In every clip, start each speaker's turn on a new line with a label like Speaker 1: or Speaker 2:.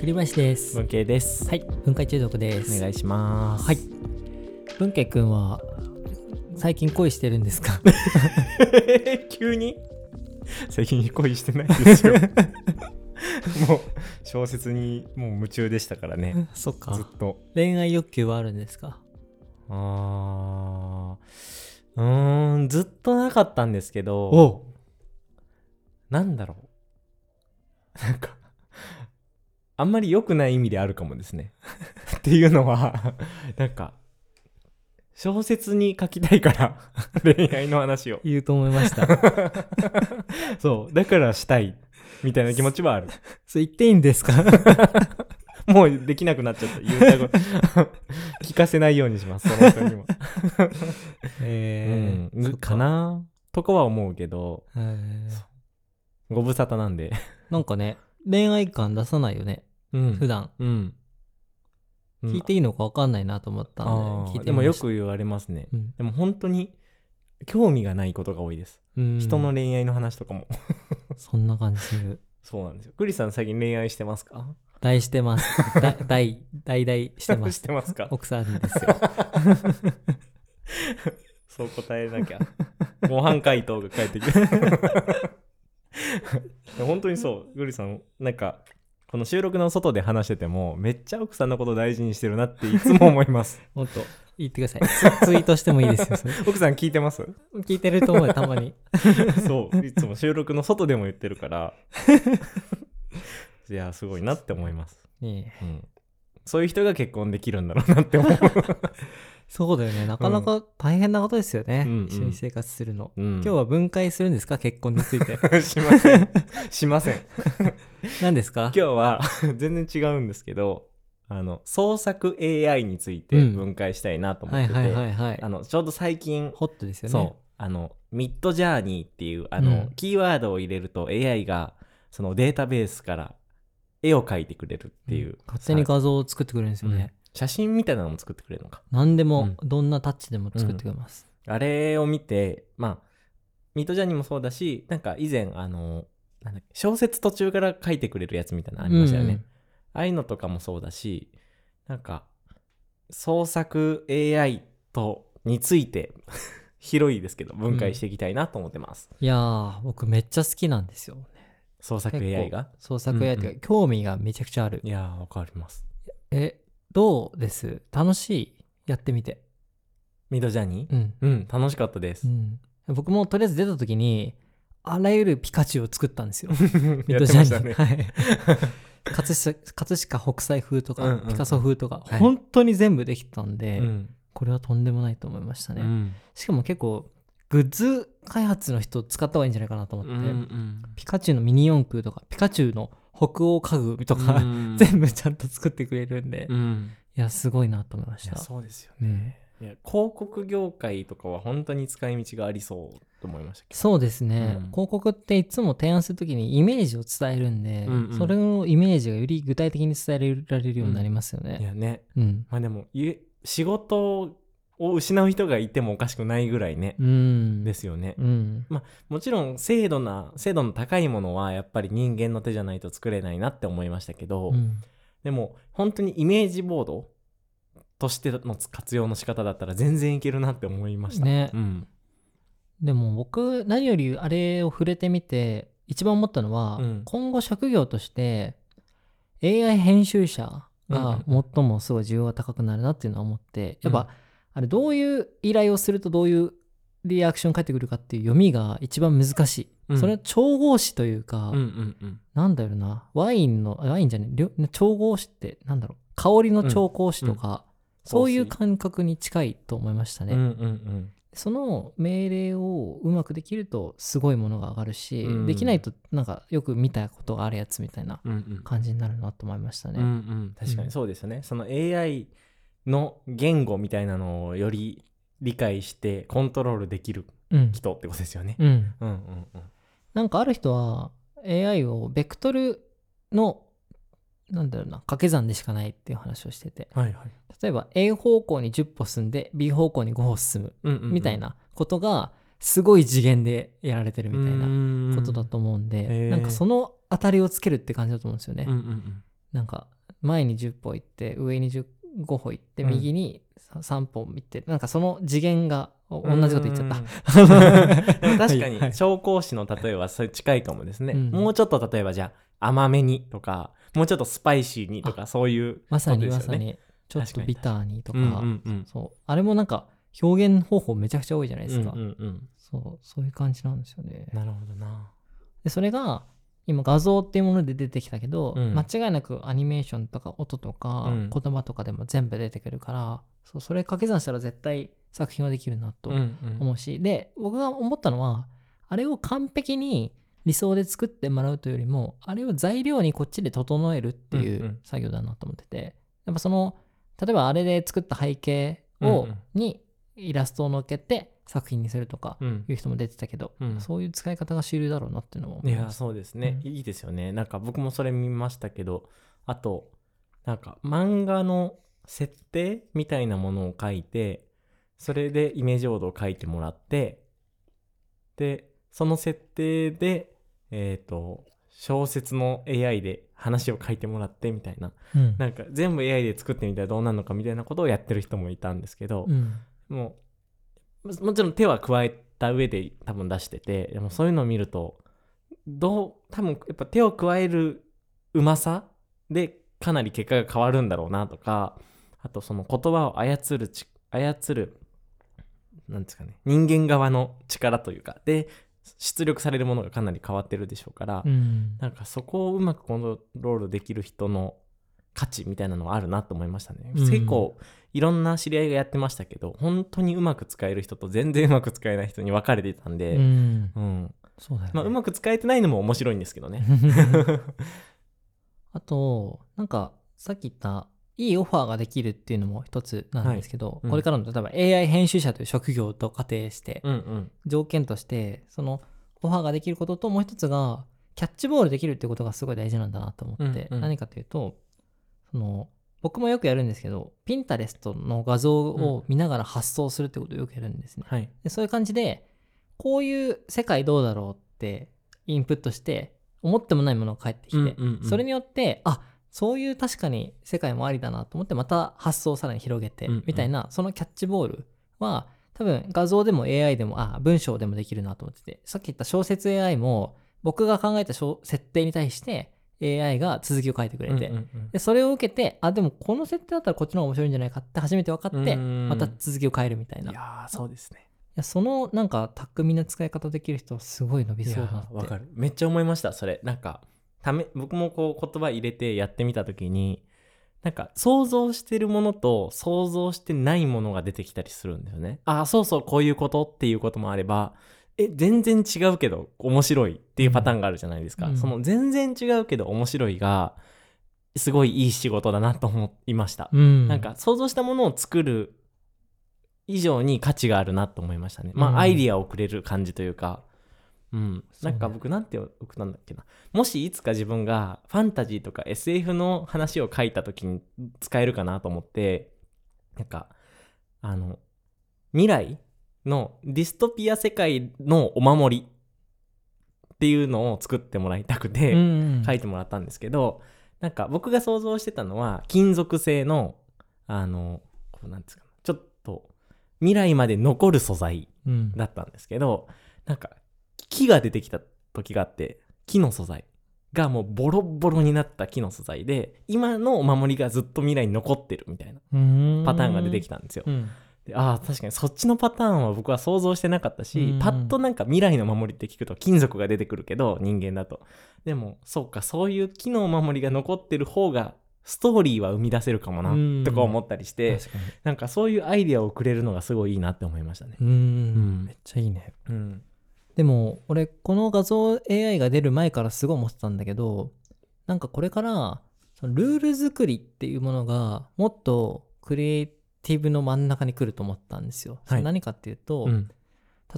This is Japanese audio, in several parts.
Speaker 1: 栗林です。は
Speaker 2: 文系です、
Speaker 1: い、分解中毒です。
Speaker 2: お願いします
Speaker 1: はい。文慶くんは最近恋してるんです か？
Speaker 2: 急に最近恋してないで すよもう小説にもう夢中でしたからね
Speaker 1: そっ
Speaker 2: ずっ
Speaker 1: か。
Speaker 2: と
Speaker 1: 恋愛欲求はあるんですか？
Speaker 2: あーうーんずっとなかったんですけど
Speaker 1: お
Speaker 2: なんだろう なんかあんまり良くない意味であるかもですね っていうのはなんか小説に書きたいから 恋愛の話を
Speaker 1: 言うと思いました。
Speaker 2: そう、だからしたい、みたいな気持ちはある。
Speaker 1: それ言っていいんです か？
Speaker 2: もうできなくなっちゃった。言うたこと 聞かせないようにします、その人にも。
Speaker 1: え
Speaker 2: うん、かなとかは思うけど、
Speaker 1: えー
Speaker 2: ご無沙汰なんで。
Speaker 1: なんかね、恋愛感出さないよね。
Speaker 2: うん
Speaker 1: 普段
Speaker 2: うん。うん
Speaker 1: 聞いていいのかわかんないなと思ったんで
Speaker 2: あー
Speaker 1: 聞いてみました
Speaker 2: でもよく言われますね。
Speaker 1: うん
Speaker 2: でも本当に、興味がないことが多いです。
Speaker 1: うん
Speaker 2: 人の恋愛の話とかも。
Speaker 1: そんな感じする。
Speaker 2: そうなんですよ。クリさん最近恋愛してますか
Speaker 1: 大して ます。だ大大大してま
Speaker 2: し
Speaker 1: す。
Speaker 2: てますか
Speaker 1: 奥さんですよ。
Speaker 2: そう答えなきゃ模範解答が返ってくる本当にそうグリさんなんかこの収録の外で話しててもめっちゃ奥さんのこと大事にしてるなっていつも思います
Speaker 1: もっと言ってください。 ツツイートしてもいいですよ。それ
Speaker 2: 奥さん聞いてます
Speaker 1: 聞いてると思うよ、たま に。
Speaker 2: そういつも収録の外でも言ってるから いやすごいなって思います、
Speaker 1: いいね
Speaker 2: うん、そういう人が結婚できるんだろうなって 思う、
Speaker 1: そうだよね。なかなか大変なことですよね。
Speaker 2: うんうん
Speaker 1: 一緒に生活するの。
Speaker 2: うん、
Speaker 1: 今日は分解するんですか結婚につい て。
Speaker 2: はしませんしません
Speaker 1: 何ですか
Speaker 2: 今日は 全然違うんですけどあの創作 AI について
Speaker 1: うん
Speaker 2: 分解したいなと思
Speaker 1: は
Speaker 2: っ
Speaker 1: い
Speaker 2: てて、
Speaker 1: はいはいはい
Speaker 2: あ。のちょうど最近、
Speaker 1: ホットですよね。
Speaker 2: そうあのミッドジャーニーっていうあの、
Speaker 1: うん
Speaker 2: キーワードを入れると AI がそのデータベースから絵を描いてくれるっていう、
Speaker 1: ん勝手に画像を作ってくれるんですよ
Speaker 2: うん
Speaker 1: ね。
Speaker 2: 写真みたいなのも作ってくれるのか
Speaker 1: 何で
Speaker 2: う
Speaker 1: も
Speaker 2: ん、
Speaker 1: どんなタッチでも作ってくれます。
Speaker 2: あれを見てまあミッドジャーニーもそうだしなんか以前あのなんだっけ小説途中から書いてくれるやつみたいなのありましたよね、ああいうのとかもそうだし、なんか、創作 AI と、について、 広いですけど、分解していきたいなと思ってます。
Speaker 1: いやー、僕めっちゃ好きなんですよね。
Speaker 2: 創作 AI が
Speaker 1: 創作 AI と
Speaker 2: うん
Speaker 1: いうか、興味がめちゃくちゃある
Speaker 2: い。やー、わかります。
Speaker 1: え、どうです楽しいやってみて。
Speaker 2: ミドジャーニー
Speaker 1: うん。
Speaker 2: うん、楽しかったで
Speaker 1: う
Speaker 2: す。
Speaker 1: ん、僕もとりあえず出た時にあらゆるピカチュウを作ったんですよ。 ミッ
Speaker 2: やってました
Speaker 1: ドジャーニー
Speaker 2: ね。
Speaker 1: はい、葛飾葛飾北斎風とか、
Speaker 2: うんうんうん
Speaker 1: ピカソ風とか、
Speaker 2: はい
Speaker 1: 本当に全部できたんで、
Speaker 2: うん
Speaker 1: これはとんでもないと思いました
Speaker 2: う
Speaker 1: ね。
Speaker 2: ん
Speaker 1: しかも結構グッズ開発の人使った方がいいんじゃないかなと思っ
Speaker 2: う
Speaker 1: て、
Speaker 2: ん
Speaker 1: ピカチュウのミニ四駆とかピカチュウの北欧家具とか、
Speaker 2: うん
Speaker 1: 全部ちゃんと作ってくれるんで、
Speaker 2: う
Speaker 1: い
Speaker 2: ん
Speaker 1: やすごいなと思いま
Speaker 2: い
Speaker 1: し
Speaker 2: や、
Speaker 1: た。
Speaker 2: そうですよね。
Speaker 1: ね
Speaker 2: いや広告業界とかは本当に使い道がありそうと思いましたけ
Speaker 1: そうですね、
Speaker 2: うん
Speaker 1: 広告っていつも提案するときにイメージを伝えるんで、
Speaker 2: うんうん
Speaker 1: それをイメージがより具体的に伝えられるようになりますよ
Speaker 2: ど。い
Speaker 1: ね。
Speaker 2: やね、
Speaker 1: うん。
Speaker 2: まあでも、ゆ仕事を失う人がいてもおかしくないぐらいね、
Speaker 1: うん。
Speaker 2: ですよね。
Speaker 1: うん。
Speaker 2: もちろん精度な精度の高いものはやっぱり人間の手じゃないと作れないなって思いましたけど、
Speaker 1: うん
Speaker 2: でも本当にイメージボードとしての活用の仕方だったら全然いけるなって思いました。
Speaker 1: ね
Speaker 2: うん
Speaker 1: でも僕何よりあれを触れてみて一番思ったのは、
Speaker 2: うん
Speaker 1: 今後職業として AI 編集者が最もすごい需要が高くなるなっていうのは思って、
Speaker 2: う
Speaker 1: や
Speaker 2: ん
Speaker 1: っぱあれどういう依頼をするとどういうリアクション返ってくるかっていう読みが一番難しい、
Speaker 2: うん
Speaker 1: それは調合詞というか、
Speaker 2: うんうんうん
Speaker 1: なんだろうなワインのあワインじゃねえりょ調合詞ってなんだろう香りの調香師とか、そういう感覚に近いと思いましたね、
Speaker 2: うんうん
Speaker 1: その命令をうまくできるとすごいものが上がるし、
Speaker 2: うん
Speaker 1: できないとなんかよく見たことがあるやつみたいな
Speaker 2: うんうんうん
Speaker 1: 感じになるなと思いましたね。
Speaker 2: うんうん確か
Speaker 1: う
Speaker 2: に
Speaker 1: ん
Speaker 2: そうですよね、その AI の言語みたいなのをより理解してコントロールできる
Speaker 1: うん
Speaker 2: 人ってことですよね。
Speaker 1: うん
Speaker 2: うんうんうん
Speaker 1: なんかある人は AI をベクトルのなんだろうな掛け算でしかないっていう話をしてて
Speaker 2: はいはい
Speaker 1: 例えば A 方向に10歩進んで B 方向に5歩進む
Speaker 2: うんうんうん
Speaker 1: みたいなことがすごい次元でやられてるみたいな
Speaker 2: な
Speaker 1: ことだと思うんで、
Speaker 2: へー
Speaker 1: なんかその当たりをつけるって感じだと思うんですよね。
Speaker 2: うんうんうん
Speaker 1: なんか前に10歩行って上に10 5歩行って
Speaker 2: うん
Speaker 1: 右に3歩行って、なんかその次元がお同じこと言っちゃった。はい
Speaker 2: た確か
Speaker 1: は
Speaker 2: に
Speaker 1: い
Speaker 2: 紹興酒の例えはそれ近いかもですね、
Speaker 1: うん
Speaker 2: もうちょっと例えばじゃあ甘めにとかもうちょっとスパイシーにとかそういう
Speaker 1: まさに
Speaker 2: こと
Speaker 1: ま
Speaker 2: ですよ
Speaker 1: さ
Speaker 2: ね
Speaker 1: にちょっ
Speaker 2: 確か
Speaker 1: と
Speaker 2: に
Speaker 1: ビターにとか、
Speaker 2: うんうんうん
Speaker 1: そうあれもなんか表現方法めちゃくちゃ多いじゃないですか、
Speaker 2: うんうんうん
Speaker 1: そうそういう感じなんですよね
Speaker 2: なるほどな
Speaker 1: でそれが今画像っていうもので出てきたけど、
Speaker 2: うん
Speaker 1: 間違いなくアニメーションとか音とか
Speaker 2: うん
Speaker 1: 言葉とかでも全部出てくるから、そうそれ掛け算したら絶対作品はできるなと
Speaker 2: うんうん
Speaker 1: 思うし、で僕が思ったのはあれを完璧に理想で作ってもらうというよりもあれを材料にこっちで整えるってい
Speaker 2: んうん
Speaker 1: う作業だなと思ってて、やっぱその例えばあれで作った背景を、
Speaker 2: うんうん
Speaker 1: にイラストを乗っけて作品にするとか
Speaker 2: うん
Speaker 1: いう人も出てたけど、
Speaker 2: うん
Speaker 1: そういう使い方が主流だろうなっていうのも
Speaker 2: い
Speaker 1: 思い
Speaker 2: や
Speaker 1: ます。
Speaker 2: そうですね、
Speaker 1: うん
Speaker 2: いいですよねなんか僕もそれ見ましたけどあとなんか漫画の設定みたいなものを書いてそれでイメージボードを書いてもらってでその設定でえっ、と小説の AI で話を書いてもらってみたいな
Speaker 1: うん
Speaker 2: なんか全部 AI で作ってみたらどうなるのかみたいなことをやってる人もいたんですけど、
Speaker 1: うん
Speaker 2: もうももちろん手は加えた上で多分出しててでもそういうのを見るとどう多分やっぱ手を加えるうまさでかなり結果が変わるんだろうなとかあとその言葉を操るち操るなんですかね人間側の力というかで出力されるものがかなり変わってるでしょうから、
Speaker 1: うん
Speaker 2: なんかそこをうまくコントロールできる人の価値みたいなのはあるなと思いましたね。
Speaker 1: うん
Speaker 2: 結構いろんな知り合いがやってましたけど本当にうまく使える人と全然うまく使えない人に分かれていたんで、
Speaker 1: う
Speaker 2: うん
Speaker 1: んそうだよね
Speaker 2: まあ、うまく使えてないのも面白いんですけどね。
Speaker 1: あと、なんか、さっき言った、いいオファーができるっていうのも一つなんですけど、
Speaker 2: いうん
Speaker 1: これからの例えば AI 編集者という職業と仮定して、
Speaker 2: うんうん
Speaker 1: 条件として、そのオファーができることと、もう一つが、キャッチボールできるっていうことがすごい大事なんだなと思って、
Speaker 2: うんうん
Speaker 1: 何かというと、その、僕もよくやるんですけど、ピンタレストの画像を見ながら発想するってことをよくやるんですね。
Speaker 2: はい
Speaker 1: でそういう感じでこういう世界どうだろうってインプットして思ってもないものが返ってきて、
Speaker 2: うんうんうん
Speaker 1: それによってあそういう確かに世界もありだなと思ってまた発想をさらに広げて、
Speaker 2: うんうん
Speaker 1: みたいなそのキャッチボールは多分画像でも AI でもあ文章でもできるなと思っててさっき言った小説 AI も僕が考えた小設定に対して AI が続きを書いてくれて、
Speaker 2: うんうんうん
Speaker 1: でそれを受けてあでもこの設定だったらこっちの方が面白いんじゃないかって初めて分かって
Speaker 2: うん
Speaker 1: また続きを変えるみたいない
Speaker 2: やーそうですね。
Speaker 1: いやそのなんか巧みな使い方できる人はすごい伸びそうだなって
Speaker 2: いやーわかるめっちゃ思いましたそれなんかため僕もこう言葉入れてやってみた時になんか想像してるものと想像してないものが出てきたりするんだよねああそうそうこういうことっていうこともあればえ全然違うけど面白いっていうパターンがあるじゃないですか、
Speaker 1: うん
Speaker 2: その全然違うけど面白いがすごいいい仕事だなと思いました、
Speaker 1: うん
Speaker 2: なんか想像したものを作る以上に価値があるなと思いましたね。まあ、
Speaker 1: うん
Speaker 2: アイディアをくれる感じというか、うん、
Speaker 1: そう
Speaker 2: な
Speaker 1: ね
Speaker 2: んか僕なんて僕なんだっけなもしいつか自分がファンタジーとか SF の話を書いた時に使えるかなと思ってなんかあの未来のディストピア世界のお守りっていうのを作ってもらいたくて、
Speaker 1: うん
Speaker 2: 書いてもらったんですけど、なんか僕が想像してたのは金属製のあのこうなんですかねちょっと未来まで残る素材
Speaker 1: うん
Speaker 2: だったんですけどなんか木が出てきた時があって木の素材がもうボロボロになった木の素材で今のお守りがずっと未来に残ってるみたいな
Speaker 1: うん
Speaker 2: パターンが出てきたんですよ。
Speaker 1: うん
Speaker 2: でああ確かにそっちのパターンは僕は想像してなかったし、
Speaker 1: うんうん
Speaker 2: パッとなんか未来の守りって聞くと金属が出てくるけど人間だとでもそうかそういう木のお守りが残ってる方がストーリーは生み出せるかもな、
Speaker 1: うん
Speaker 2: とか思ったりして、
Speaker 1: 確かに
Speaker 2: なんかそういうアイデアをくれるのがすごいいいなって思いましたね。
Speaker 1: うん
Speaker 2: うん
Speaker 1: めっちゃいいね
Speaker 2: うん
Speaker 1: でも俺この画像 AI が出る前からすごい思ってたんだけどなんかこれからそのルール作りっていうものがもっとクリエイティブの真ん中に来ると思ったんですよ、それ何かっていうと、
Speaker 2: うん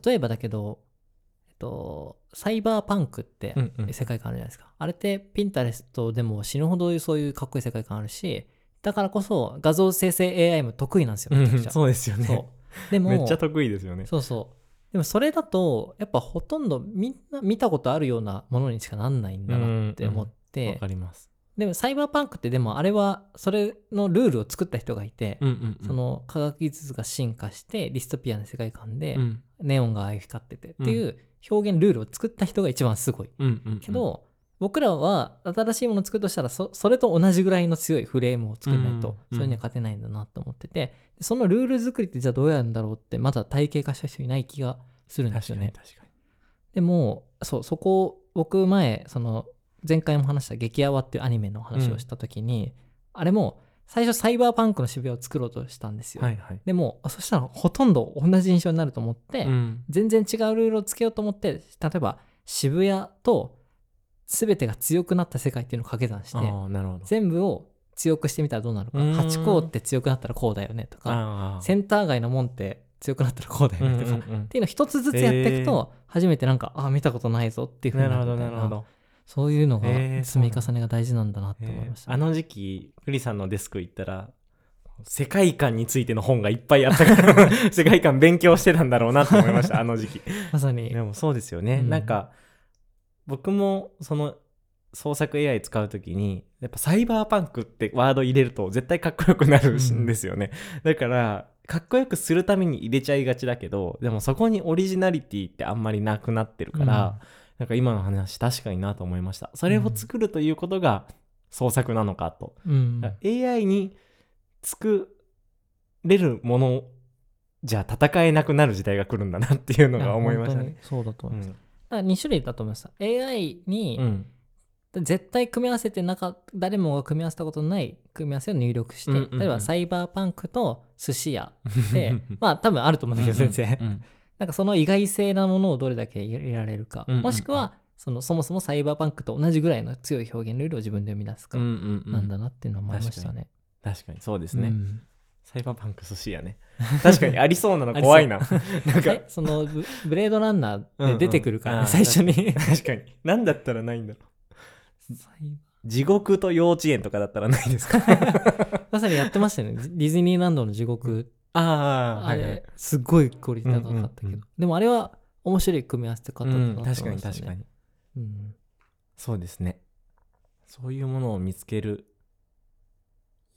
Speaker 1: 例えばだけど、えっと、サイバーパンクって
Speaker 2: うんうん
Speaker 1: 世界観あるじゃないですか、あれってピンタレストでも死ぬほどそういうかっこいい世界観あるしだからこそ画像生成 AI も得意なんですよ
Speaker 2: う
Speaker 1: めちゃく
Speaker 2: ん
Speaker 1: ちゃ、
Speaker 2: そうですよね
Speaker 1: そうでも
Speaker 2: めっちゃ得意ですよね。
Speaker 1: そうそうでもそれだとやっぱほとんどみんな見たことあるようなものにしかなんないんだなって思って、
Speaker 2: わかります。
Speaker 1: でもサイバーパンクってでもあれはそれのルールを作った人がいて、
Speaker 2: うんうんうん
Speaker 1: その科学技術が進化してディストピアの世界観で
Speaker 2: うん
Speaker 1: ネオンがああいう光っててっていう表現ルールを作った人が一番すごい
Speaker 2: うんうんうん
Speaker 1: けど、僕らは新しいものを作るとしたらそそれと同じぐらいの強いフレームを作らないと、
Speaker 2: うん
Speaker 1: それには勝てないんだなと思っててそのルール作りってじゃあどうやるんだろうってまだ体系化した人いない気がするんで
Speaker 2: 確
Speaker 1: す
Speaker 2: か
Speaker 1: よ
Speaker 2: に
Speaker 1: ね。
Speaker 2: 確か
Speaker 1: でもそうそこを僕前その前回も話した「激アワ」っていうアニメの話をした時に、あれも最初サイバーパンクの渋谷を作ろうとしたんです
Speaker 2: に
Speaker 1: よ。
Speaker 2: はいはい
Speaker 1: でもそしたらほとんど同じ印象になると思って、
Speaker 2: うん
Speaker 1: 全然違うルールをつけようと思って例えば渋谷と全てが強くなった世界っていうのを掛け算して
Speaker 2: ああなるほど
Speaker 1: 全部を強くしてみたらどうなるか
Speaker 2: うーん
Speaker 1: ハチ公って強くなったらこうだよねとか
Speaker 2: ああ
Speaker 1: センター街の門って強くなったらこうだよねとか、っ
Speaker 2: うんうんうん
Speaker 1: ていうのを一つずつやっていくと初めてなんかああ見たことないぞっていうふうに
Speaker 2: な
Speaker 1: なる
Speaker 2: るほ
Speaker 1: みた
Speaker 2: ど
Speaker 1: いな
Speaker 2: なるほど
Speaker 1: そういうのが
Speaker 2: えー
Speaker 1: 積み重ねが大事なんだなって
Speaker 2: え
Speaker 1: 思いま
Speaker 2: ー
Speaker 1: した、
Speaker 2: あの時期クリさんのデスク行ったら世界観についての本がいっぱいあったから 世界観勉強してたんだろうなと思いましたあの時期
Speaker 1: まさに
Speaker 2: でもそうですよね、
Speaker 1: うん
Speaker 2: なんか僕もその創作 AI 使う時にやっぱサイバーパンクってワード入れると絶対かっこよくなるんですよね、だからかっこよくするために入れちゃいがちだけどでもそこにオリジナリティってあんまりなくなってるから、なんか今の話確かになと思いましたそれを作るということが創作なのかと、
Speaker 1: うん、
Speaker 2: AI に作れるものじゃ戦えなくなる時代が来るんだなっていうのが思いました
Speaker 1: いや
Speaker 2: ね
Speaker 1: 本当にそうだと思います、
Speaker 2: うん
Speaker 1: だから2種類だと思います AI に、
Speaker 2: うん
Speaker 1: 絶対組み合わせてなか誰もが組み合わせたことのない組み合わせを入力して、
Speaker 2: うんうんうん
Speaker 1: 例えばサイバーパンクと寿司屋で まあ多分あると思うんだけど全然、
Speaker 2: うん
Speaker 1: なんかその意外性なものをどれだけ入れられるか、
Speaker 2: うんうんうん
Speaker 1: もしくはそのそもそもサイバーパンクと同じぐらいの強い表現ルールを自分で生み出すか、
Speaker 2: うんうんうん
Speaker 1: なんだなっていうのは思いましたね。
Speaker 2: 確かにそうです
Speaker 1: う
Speaker 2: ね、
Speaker 1: ん
Speaker 2: サイバーパンク寿司やね確かにありそうなの怖いな なんか
Speaker 1: えそのブブレードランナーで出てくるから、ね
Speaker 2: うんう
Speaker 1: 最
Speaker 2: ん
Speaker 1: 初に
Speaker 2: 確かに何だったらないんだろう
Speaker 1: サイ
Speaker 2: 地獄と幼稚園とかだったらないですか
Speaker 1: まさにやってましたよねディディズニーランドの地獄
Speaker 2: あ
Speaker 1: あれ、すごいクオリティ高かったけど、
Speaker 2: うんうんうん
Speaker 1: でもあれは面白い組み合わせ方だ
Speaker 2: う
Speaker 1: なと思い
Speaker 2: ん、
Speaker 1: まし
Speaker 2: 確
Speaker 1: た
Speaker 2: か
Speaker 1: ね
Speaker 2: に確かに
Speaker 1: うん
Speaker 2: そうですねそういうものを見つける、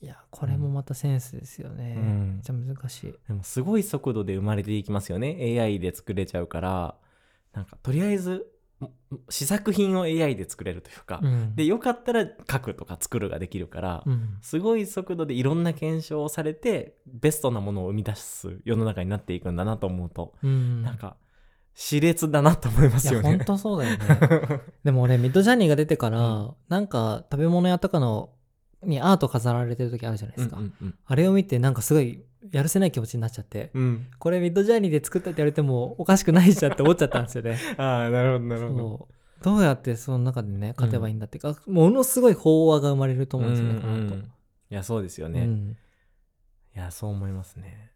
Speaker 1: いやこれもまたセンスですよね、
Speaker 2: うん
Speaker 1: めっちゃ難しい
Speaker 2: でもすごい速度で生まれていきますよね AI で作れちゃうからなんかとりあえずもも試作品を AI で作れるというか、
Speaker 1: うん
Speaker 2: でよかったら書くとか作るができるから、
Speaker 1: うん
Speaker 2: すごい速度でいろんな検証をされてベストなものを生み出す世の中になっていくんだなと思うと、
Speaker 1: うん
Speaker 2: なんか熾烈だなと思いま
Speaker 1: い
Speaker 2: すよ
Speaker 1: や
Speaker 2: ね。
Speaker 1: 本当そうだよ ねでも俺ミッドジャーニーが出てから、
Speaker 2: うん
Speaker 1: なんか食べ物屋とかのにアート飾られてる時あるじゃないですか、
Speaker 2: うんうん
Speaker 1: あれを見てなんかすごいやるせない気持ちになっちゃって、
Speaker 2: うんうん
Speaker 1: これミッドジャーニーで作ったって言われてもおかしくないじゃんって思っちゃったんですよね
Speaker 2: ああなるほどなるほど。
Speaker 1: そうどうやってその中でね勝てばいいんだっていうか、ものすごい飽和が生まれると思うんですよね、
Speaker 2: うんうんうんいやそうですよ
Speaker 1: この後
Speaker 2: ね。
Speaker 1: う
Speaker 2: い
Speaker 1: ん
Speaker 2: やそう思いますね。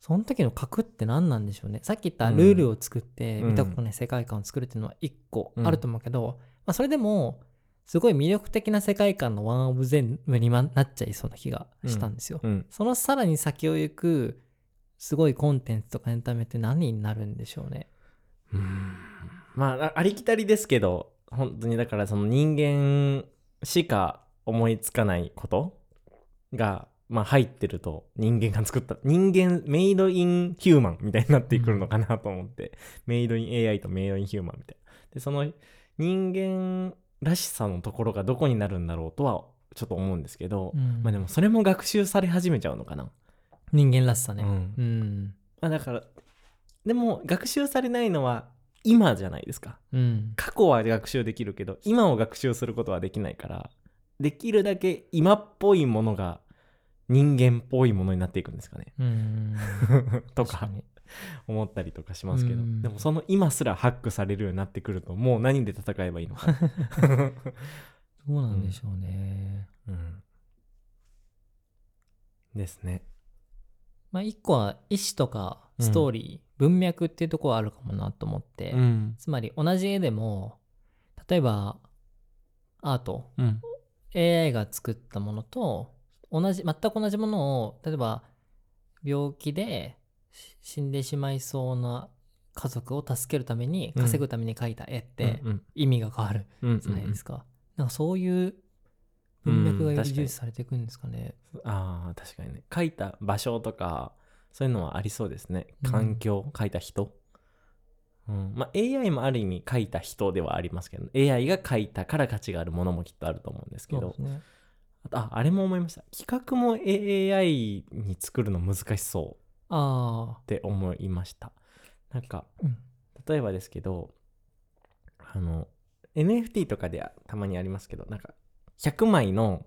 Speaker 1: その時の核って何なんでしょうねさっき言ったルールを作って、
Speaker 2: うん
Speaker 1: 見たことない世界観を作るっていうのは一個あると思うけど、まあ、それでもすごい魅力的な世界観のワン・オブ・ゼムになっちゃいそうな気がしたんですよ、
Speaker 2: うん、
Speaker 1: そのさらに先を行くすごいコンテンツとかエンタメって何になるんでしょうね
Speaker 2: うんまああありきたりですけど本当にだからその人間しか思いつかないことが、まあ、入ってると人間が作った人間メイドインヒューマンみたいになってくるのかなと思って、メイドイン AI とメイドインヒューマンみたいなでその人間らしさのところがどこになるんだろうとはちょっと思うんですけど、
Speaker 1: うん
Speaker 2: まあでもそれも学習され始めちゃうのかな、
Speaker 1: 人間らしさ
Speaker 2: う
Speaker 1: ね
Speaker 2: ん
Speaker 1: うん
Speaker 2: まあ、だからでも学習されないのは今じゃないですか
Speaker 1: うん
Speaker 2: 過去は学習できるけど今を学習することはできないからできるだけ今っぽいものが人間っぽいものになっていくんですかね
Speaker 1: うん
Speaker 2: と
Speaker 1: 確か
Speaker 2: か
Speaker 1: に
Speaker 2: 思ったりとかしますけど
Speaker 1: うん
Speaker 2: でもその今すらハックされるようになってくるともう何で戦えばいいのか、
Speaker 1: どうなんでしょうね。
Speaker 2: うんですね
Speaker 1: まあ一個は意思とかストーリー、文脈っていうところはあるかもなと思って、
Speaker 2: うん
Speaker 1: つまり同じ絵でも例えばアート
Speaker 2: うん
Speaker 1: AI が作ったものと同じ全く同じものを例えば病気でし死んでしまいそうな家族を助けるために
Speaker 2: うん
Speaker 1: 稼ぐために描いた絵って
Speaker 2: うん
Speaker 1: 意味が変わる
Speaker 2: うん
Speaker 1: じゃないですか。なんかそういう文脈が
Speaker 2: うん
Speaker 1: 重
Speaker 2: 確かに
Speaker 1: 視されていくんですかね。
Speaker 2: ああ確かにね書いた場所とかそういうのはありそうですね
Speaker 1: うん
Speaker 2: 環境、書いた人、うん、まあ AI もある意味書いた人ではありますけど AI が書いたから価値があるものもきっとあると思うんですけ
Speaker 1: そう
Speaker 2: ど
Speaker 1: ですね。
Speaker 2: あとああれも思いました企画も AI に作るの難しそう
Speaker 1: あ
Speaker 2: って思いましたなんか
Speaker 1: あ、うん。
Speaker 2: 例えばですけどあの NFT とかでたまにありますけどなんか100枚の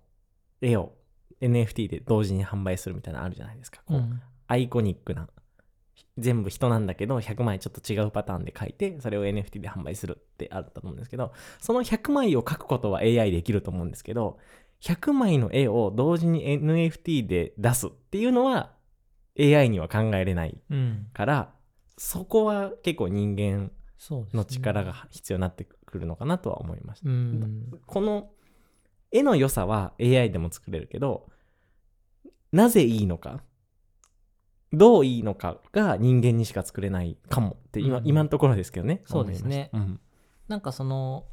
Speaker 2: 絵を NFT で同時に販売するみたいなのあるじゃないですかこう、
Speaker 1: うん
Speaker 2: アイコニックな全部人なんだけど100枚ちょっと違うパターンで書いてそれを NFT で販売するってあったと思うんですけどその100枚を書くことは AI できると思うんですけど100枚の絵を同時に NFT で出すっていうのは AI には考えれない
Speaker 1: うん。
Speaker 2: からそこは結構人間
Speaker 1: そうですね。
Speaker 2: の力が必要になってくるのかなとは思いました、
Speaker 1: うん。
Speaker 2: この絵の良さは AI でも作れるけどなぜいいのかどういいのかが人間にしか作れないかもって今,、
Speaker 1: うん
Speaker 2: 今のところですけどね
Speaker 1: そうですね
Speaker 2: 思いまし
Speaker 1: なんかその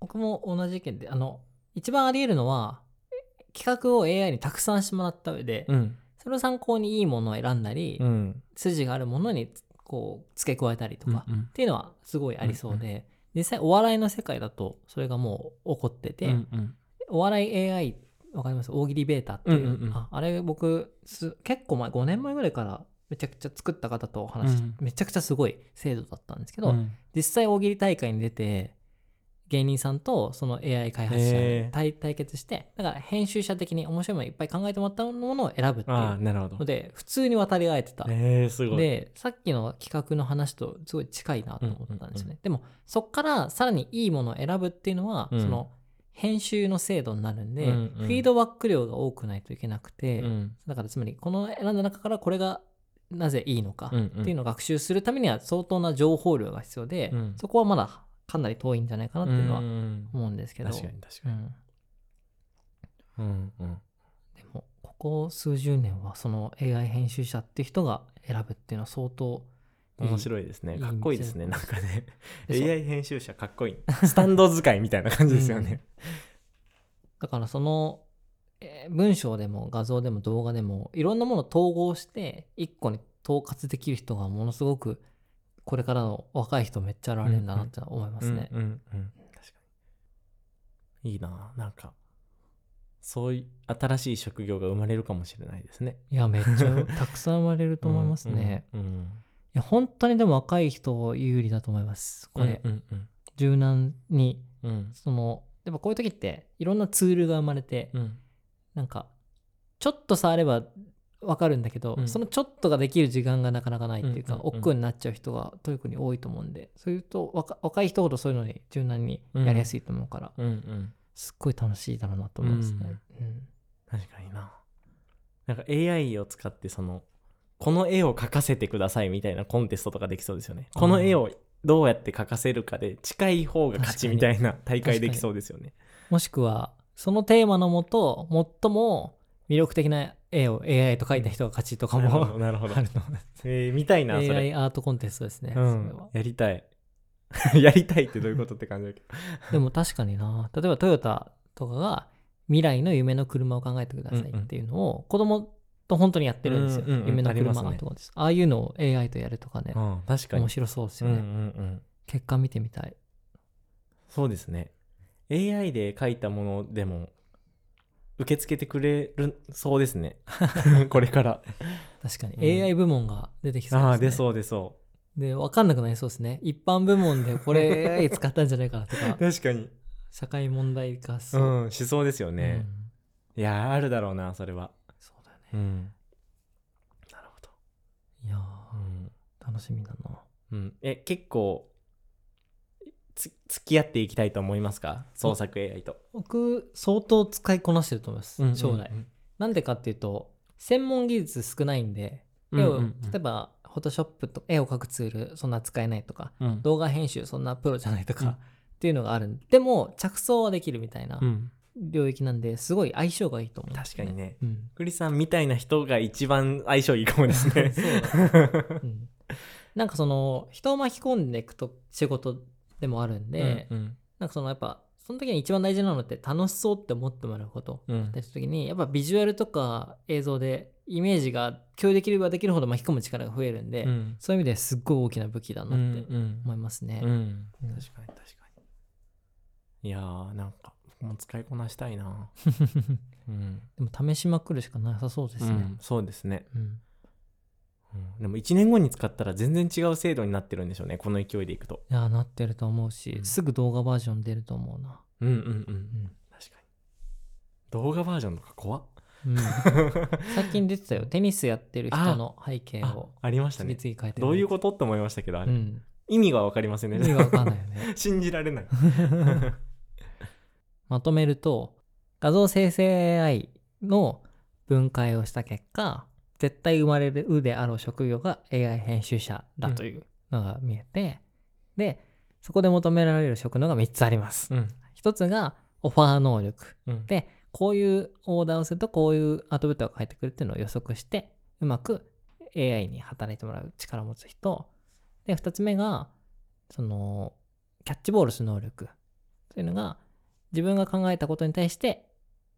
Speaker 1: 僕も同じ意見であの一番あり得るのはえ企画を AI にたくさんしてもらった上で、
Speaker 2: たうん
Speaker 1: それを参考にいいものを選んだり、
Speaker 2: うんうん
Speaker 1: 筋があるものにこう付け加えたりとか、
Speaker 2: う
Speaker 1: っ
Speaker 2: ん
Speaker 1: ていうのはすごいありそうで、実際お笑いの世界だとそれがもう起こってて、
Speaker 2: うんうん
Speaker 1: お笑い AI わかります大喜利ベータっていう,、
Speaker 2: うんうんうん
Speaker 1: ああれ僕す結構前5年前ぐらいからめちゃくちゃ作った方とお話し、
Speaker 2: うん
Speaker 1: めちゃくちゃすごい精度だったんですけど、
Speaker 2: うん
Speaker 1: 実際大喜利大会に出て芸人さんとその AI 開発者
Speaker 2: へ
Speaker 1: で
Speaker 2: ー
Speaker 1: 対対決してだから編集者的に面白いものいっぱい考えてもらったものを選ぶってい
Speaker 2: ああ
Speaker 1: う
Speaker 2: なるほ
Speaker 1: の
Speaker 2: ど
Speaker 1: で普通に渡り合えてた、
Speaker 2: えー、すごい
Speaker 1: でさっきの企画の話とすごい近いなと思ったんですよね、
Speaker 2: うんうん
Speaker 1: でもそっからさらにいいものを選ぶっていうのは、
Speaker 2: うん
Speaker 1: その編集の精度になるんで、
Speaker 2: うんう
Speaker 1: フ
Speaker 2: ん
Speaker 1: ィードバック量が多くないといけなくて、
Speaker 2: うん
Speaker 1: だからつまりこの選んだ中からこれがなぜいいのか、
Speaker 2: うんうん
Speaker 1: っていうのを学習するためには相当な情報量が必要で、
Speaker 2: うん
Speaker 1: そこはまだかなり遠いんじゃないかなっていうの
Speaker 2: う
Speaker 1: は
Speaker 2: ん
Speaker 1: 思うんですけど、
Speaker 2: 確かに確かに
Speaker 1: うん
Speaker 2: うんうん
Speaker 1: でもここ数十年はその AI 編集者って人が選ぶっていうのは相当
Speaker 2: 面白いですね
Speaker 1: いい
Speaker 2: かっこいいですねなんかね
Speaker 1: でそう
Speaker 2: AI 編集者かっこいいスタンド使いみたいな感じですよね、
Speaker 1: だからその、えー文章でも画像でも動画でもいろんなものを統合して一個に統括できる人がものすごくこれからの若い人めっちゃ現れるんだなって思い ますね。
Speaker 2: うんうんうん確かにいいななんかそういう新しい職業が生まれるかもしれないですね
Speaker 1: いやめっちゃたくさん生まれると思いますね。
Speaker 2: うんうん
Speaker 1: いや本当にでも若い人有利だと思います。こ
Speaker 2: うん、
Speaker 1: れ、
Speaker 2: うんうん
Speaker 1: 柔軟に
Speaker 2: うん
Speaker 1: そのやっぱこういう時っていろんなツールが生まれて、
Speaker 2: うん
Speaker 1: なんかちょっと触ればわかるんだけど、
Speaker 2: うん
Speaker 1: そのちょっとができる時間がなかなかないっていうか、
Speaker 2: うんうんうん
Speaker 1: 億劫になっちゃう人が特に多いと思うんでそういうと若若い人ほどそういうのに柔軟にやりやすいと思うから、
Speaker 2: うんうん
Speaker 1: すっごい楽しいだろうなと思いますね。うん
Speaker 2: 確かにななんか AI を使ってそのこの絵を描かせてくださいみたいなコンテストとかできそうですよねこの絵をどうやって描かせるかで近い方が勝ちみたいな大会できそうですよね
Speaker 1: もしくはそのテーマのもと最も魅力的な絵を AI と描いた人が勝ちとか
Speaker 2: なるほ
Speaker 1: も
Speaker 2: どなるほど
Speaker 1: あると思います
Speaker 2: えー見たいなそれ
Speaker 1: AI アートコンテストですね、
Speaker 2: う
Speaker 1: それは
Speaker 2: ん、やりたい やりたいってどういうことって感じだけど
Speaker 1: でも確かにな例えばトヨタとかが未来の夢の車を考えてくださいっていうのを子供と本当にやってるんですよ、
Speaker 2: うんうんうん
Speaker 1: 夢の
Speaker 2: ありま
Speaker 1: 車
Speaker 2: すね
Speaker 1: のとかですああいうのを AI とやるとかね、
Speaker 2: うん確かに
Speaker 1: 面白そうです
Speaker 2: う
Speaker 1: よ
Speaker 2: んう
Speaker 1: ね、
Speaker 2: んうん
Speaker 1: 結果見てみたい
Speaker 2: そうですね AI で書いたものでも受け付けてくれるそうで すねこれから
Speaker 1: 確かに、
Speaker 2: うん
Speaker 1: AI 部門が出てきそうです、ね、
Speaker 2: ああ出そう出そ
Speaker 1: で分かんなくなりそうですね一般部門でこれ AI 使ったんじゃないかなと
Speaker 2: う
Speaker 1: か
Speaker 2: 確かに
Speaker 1: 社会問題化
Speaker 2: う
Speaker 1: そうん
Speaker 2: しそうですよね、いやーあるだろうなそれは
Speaker 1: うんそうだよね
Speaker 2: うんなるほど
Speaker 1: いや
Speaker 2: うん、
Speaker 1: ー楽しみだな
Speaker 2: うん、え結構つ付き合っていきたいと思いますか創作 AI と、
Speaker 1: 僕相当使いこなしてると思います、
Speaker 2: うんうんうん
Speaker 1: 将来なんでかっていうと専門技術少ないんで絵を、
Speaker 2: うんうんうん
Speaker 1: 例えばフォトショップと絵を描くツールそんな使えないとか
Speaker 2: うん
Speaker 1: 動画編集そんなプロじゃないとか、
Speaker 2: うん
Speaker 1: っていうのがあるんでも着想はできるみたいな
Speaker 2: うん
Speaker 1: 領域なんですごい相性がいいと思う、
Speaker 2: 確かにね
Speaker 1: うん、。
Speaker 2: 栗さんみたいな人が一番相性いいかもですね
Speaker 1: うん なんかその人を巻き込んでいくと仕事でもあるんで、
Speaker 2: うんうん
Speaker 1: なんかそのやっぱその時に一番大事なのって楽しそうって思ってもらうこと
Speaker 2: うん
Speaker 1: で時にやっぱビジュアルとか映像でイメージが共有できればできるほど巻き込む力が増えるんで、
Speaker 2: うん
Speaker 1: そういう意味ですっごい大きな武器だ
Speaker 2: う
Speaker 1: なって
Speaker 2: ん
Speaker 1: 思いますね。
Speaker 2: うん
Speaker 1: うん
Speaker 2: 確かに確かにいやーなんか僕も使いこなした いなうん
Speaker 1: でも試しまくるしかなさそうです
Speaker 2: う
Speaker 1: ね
Speaker 2: ん。そうですね
Speaker 1: うん
Speaker 2: うんでも1年後に使ったら全然違う制度になってるんでしょうねこの勢いでいくと
Speaker 1: いやーなってると思うし、
Speaker 2: うん
Speaker 1: すぐ動画バージョン出ると思うな。
Speaker 2: うんうんうんうん確かに動画バージョンとか怖っ
Speaker 1: うん 最近出てたよテニスやってる人の背景
Speaker 2: あ
Speaker 1: を
Speaker 2: ありました
Speaker 1: 次
Speaker 2: ね
Speaker 1: 々変えてくれて
Speaker 2: どういうことって思いましたけどあ
Speaker 1: う
Speaker 2: れ
Speaker 1: ん、
Speaker 2: 意味が分かりません
Speaker 1: 意
Speaker 2: ね
Speaker 1: 味がわかんないよ ね
Speaker 2: 信じられない
Speaker 1: まとめると画像生成 AI の分解をした結果絶対生まれるであろう職業が AI 編集者 だというのが見えて、でそこで求められる職能が3つあります
Speaker 2: うん
Speaker 1: 1つがオファー能力
Speaker 2: うん
Speaker 1: でこういうオーダーをするとこういうアウトプットが返ってくるっていうのを予測してうまく AI に働いてもらう力を持つ人で2つ目がそのキャッチボールする能力というのが自分が考えたことに対して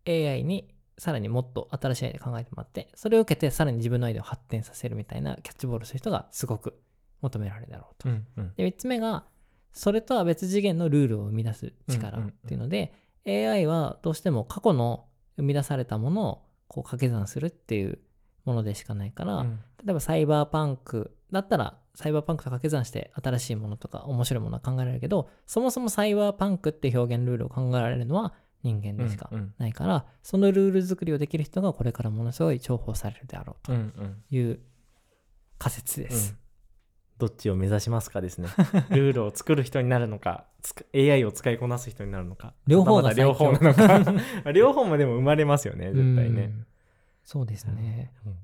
Speaker 1: AI にさらにもっと新しいアイデア考えてもらってそれを受けてさらに自分のアイデアを発展させるみたいなキャッチボールする人がすごく求められるだろうと
Speaker 2: う。んうん
Speaker 1: で3つ目がそれとは別次元のルールを生み出す力
Speaker 2: う
Speaker 1: っ
Speaker 2: んうんうん
Speaker 1: ていうので、AI はどうしても過去の生み出されたものをこう掛け算するっていうものでしかないから、
Speaker 2: うん
Speaker 1: 例えばサイバーパンクだったらサイバーパンクと掛け算して新しいものとか面白いものは考えられるけどそもそもサイバーパンクって表現ルールを考えられるのは人間でしか
Speaker 2: うん
Speaker 1: ないから、そのルール作りをできる人がこれからものすごい重宝されるであろう
Speaker 2: うんうん
Speaker 1: という仮説で
Speaker 2: う
Speaker 1: す
Speaker 2: ん。どっちを目指します かですねルールを作る人になるのかつく AI を使いこなす人になるのか
Speaker 1: 両方が
Speaker 2: またまた両方なのか 両方もでも生まれますよね絶対
Speaker 1: う
Speaker 2: ね
Speaker 1: んそうですね。
Speaker 2: うん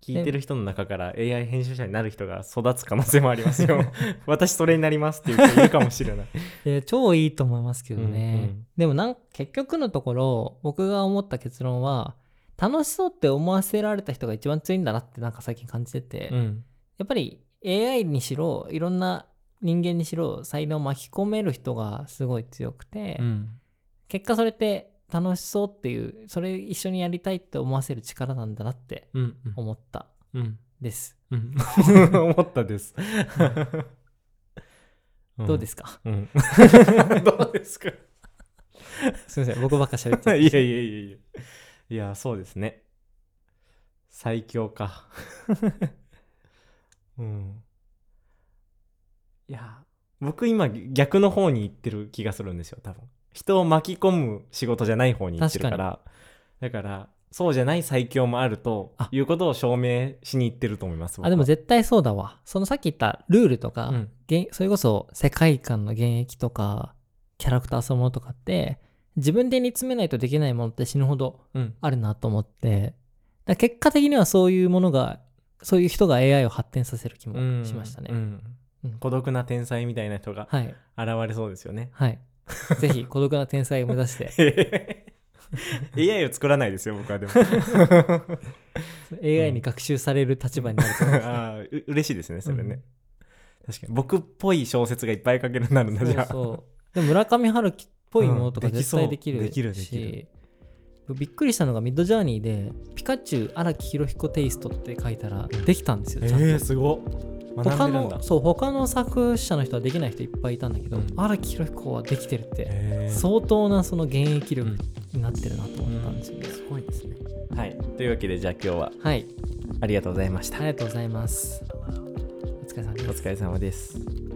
Speaker 2: 聞いてる人の中から AI 編集者になる人が育つ可能性もあります よ私それになりますっていう人いるかもしれない
Speaker 1: で超いいと思いますけどね。
Speaker 2: うんうん
Speaker 1: でもなん結局のところ僕が思った結論は楽しそうって思わせられた人が一番強いんだなってなんか最近感じてて、や
Speaker 2: ん
Speaker 1: っぱり AI にしろいろんな人間にしろ才能を巻き込める人がすごい強くて、
Speaker 2: うん
Speaker 1: 結果それって楽しそうっていうそれ一緒にやりたいって思わせる力なんだなって
Speaker 2: うん
Speaker 1: 思った
Speaker 2: うん
Speaker 1: です。
Speaker 2: うん 思ったです、
Speaker 1: どうですすか、
Speaker 2: うん どうです か
Speaker 1: すいません僕ばっか喋っ
Speaker 2: い
Speaker 1: て
Speaker 2: や
Speaker 1: る
Speaker 2: いやいやいやいやそうですね最強か うんいや僕今逆の方に行ってる気がするんですよ多分人を巻き込む仕事じゃない方に行ってるからだからそうじゃない最強もあると
Speaker 1: あ
Speaker 2: いうことを証明しに行ってると思います僕は
Speaker 1: あでも絶対そうだわそのさっき言ったルールとか、
Speaker 2: うん
Speaker 1: げんそれこそ世界観の現役とかキャラクターそのものとかって自分で煮詰めないとできないものって死ぬほど
Speaker 2: うん
Speaker 1: あるなと思ってだから結果的にはそういうものがそういう人が AI を発展させる気
Speaker 2: うん
Speaker 1: もしましたね、
Speaker 2: うん
Speaker 1: うん
Speaker 2: 孤独な天才みたいな人が
Speaker 1: はい
Speaker 2: 現れそうですよね
Speaker 1: はいぜひ孤独な天才を目指 して
Speaker 2: AI を作らないですよ僕はで も
Speaker 1: AI に学習される立場になると思います
Speaker 2: ああう嬉しいですねそれね、確かに僕っぽい小説がいっぱい書けるようになるんだ
Speaker 1: そう
Speaker 2: じゃあ
Speaker 1: そうでも村上春樹っぽいものとか
Speaker 2: うんでき
Speaker 1: 絶
Speaker 2: そう
Speaker 1: 対できるし、
Speaker 2: できるできる
Speaker 1: びっくりしたのがミッドジャーニーでピカチュウ荒木博彦テイストって書いたらできたんですよ、
Speaker 2: え
Speaker 1: ちゃんと
Speaker 2: ー、すごっ学んで
Speaker 1: 他
Speaker 2: るんだ
Speaker 1: のそう他の作者の人はできない人いっぱいいたんだけど
Speaker 2: うん
Speaker 1: 荒、木博彦はできてるって
Speaker 2: えー
Speaker 1: 相当なその現役力になってるなと思ったんですよね、
Speaker 2: すごいですねはいというわけでじゃあ今日は
Speaker 1: はい
Speaker 2: ありがとうございました
Speaker 1: ありがとうございますお疲れ様です
Speaker 2: お疲れ様です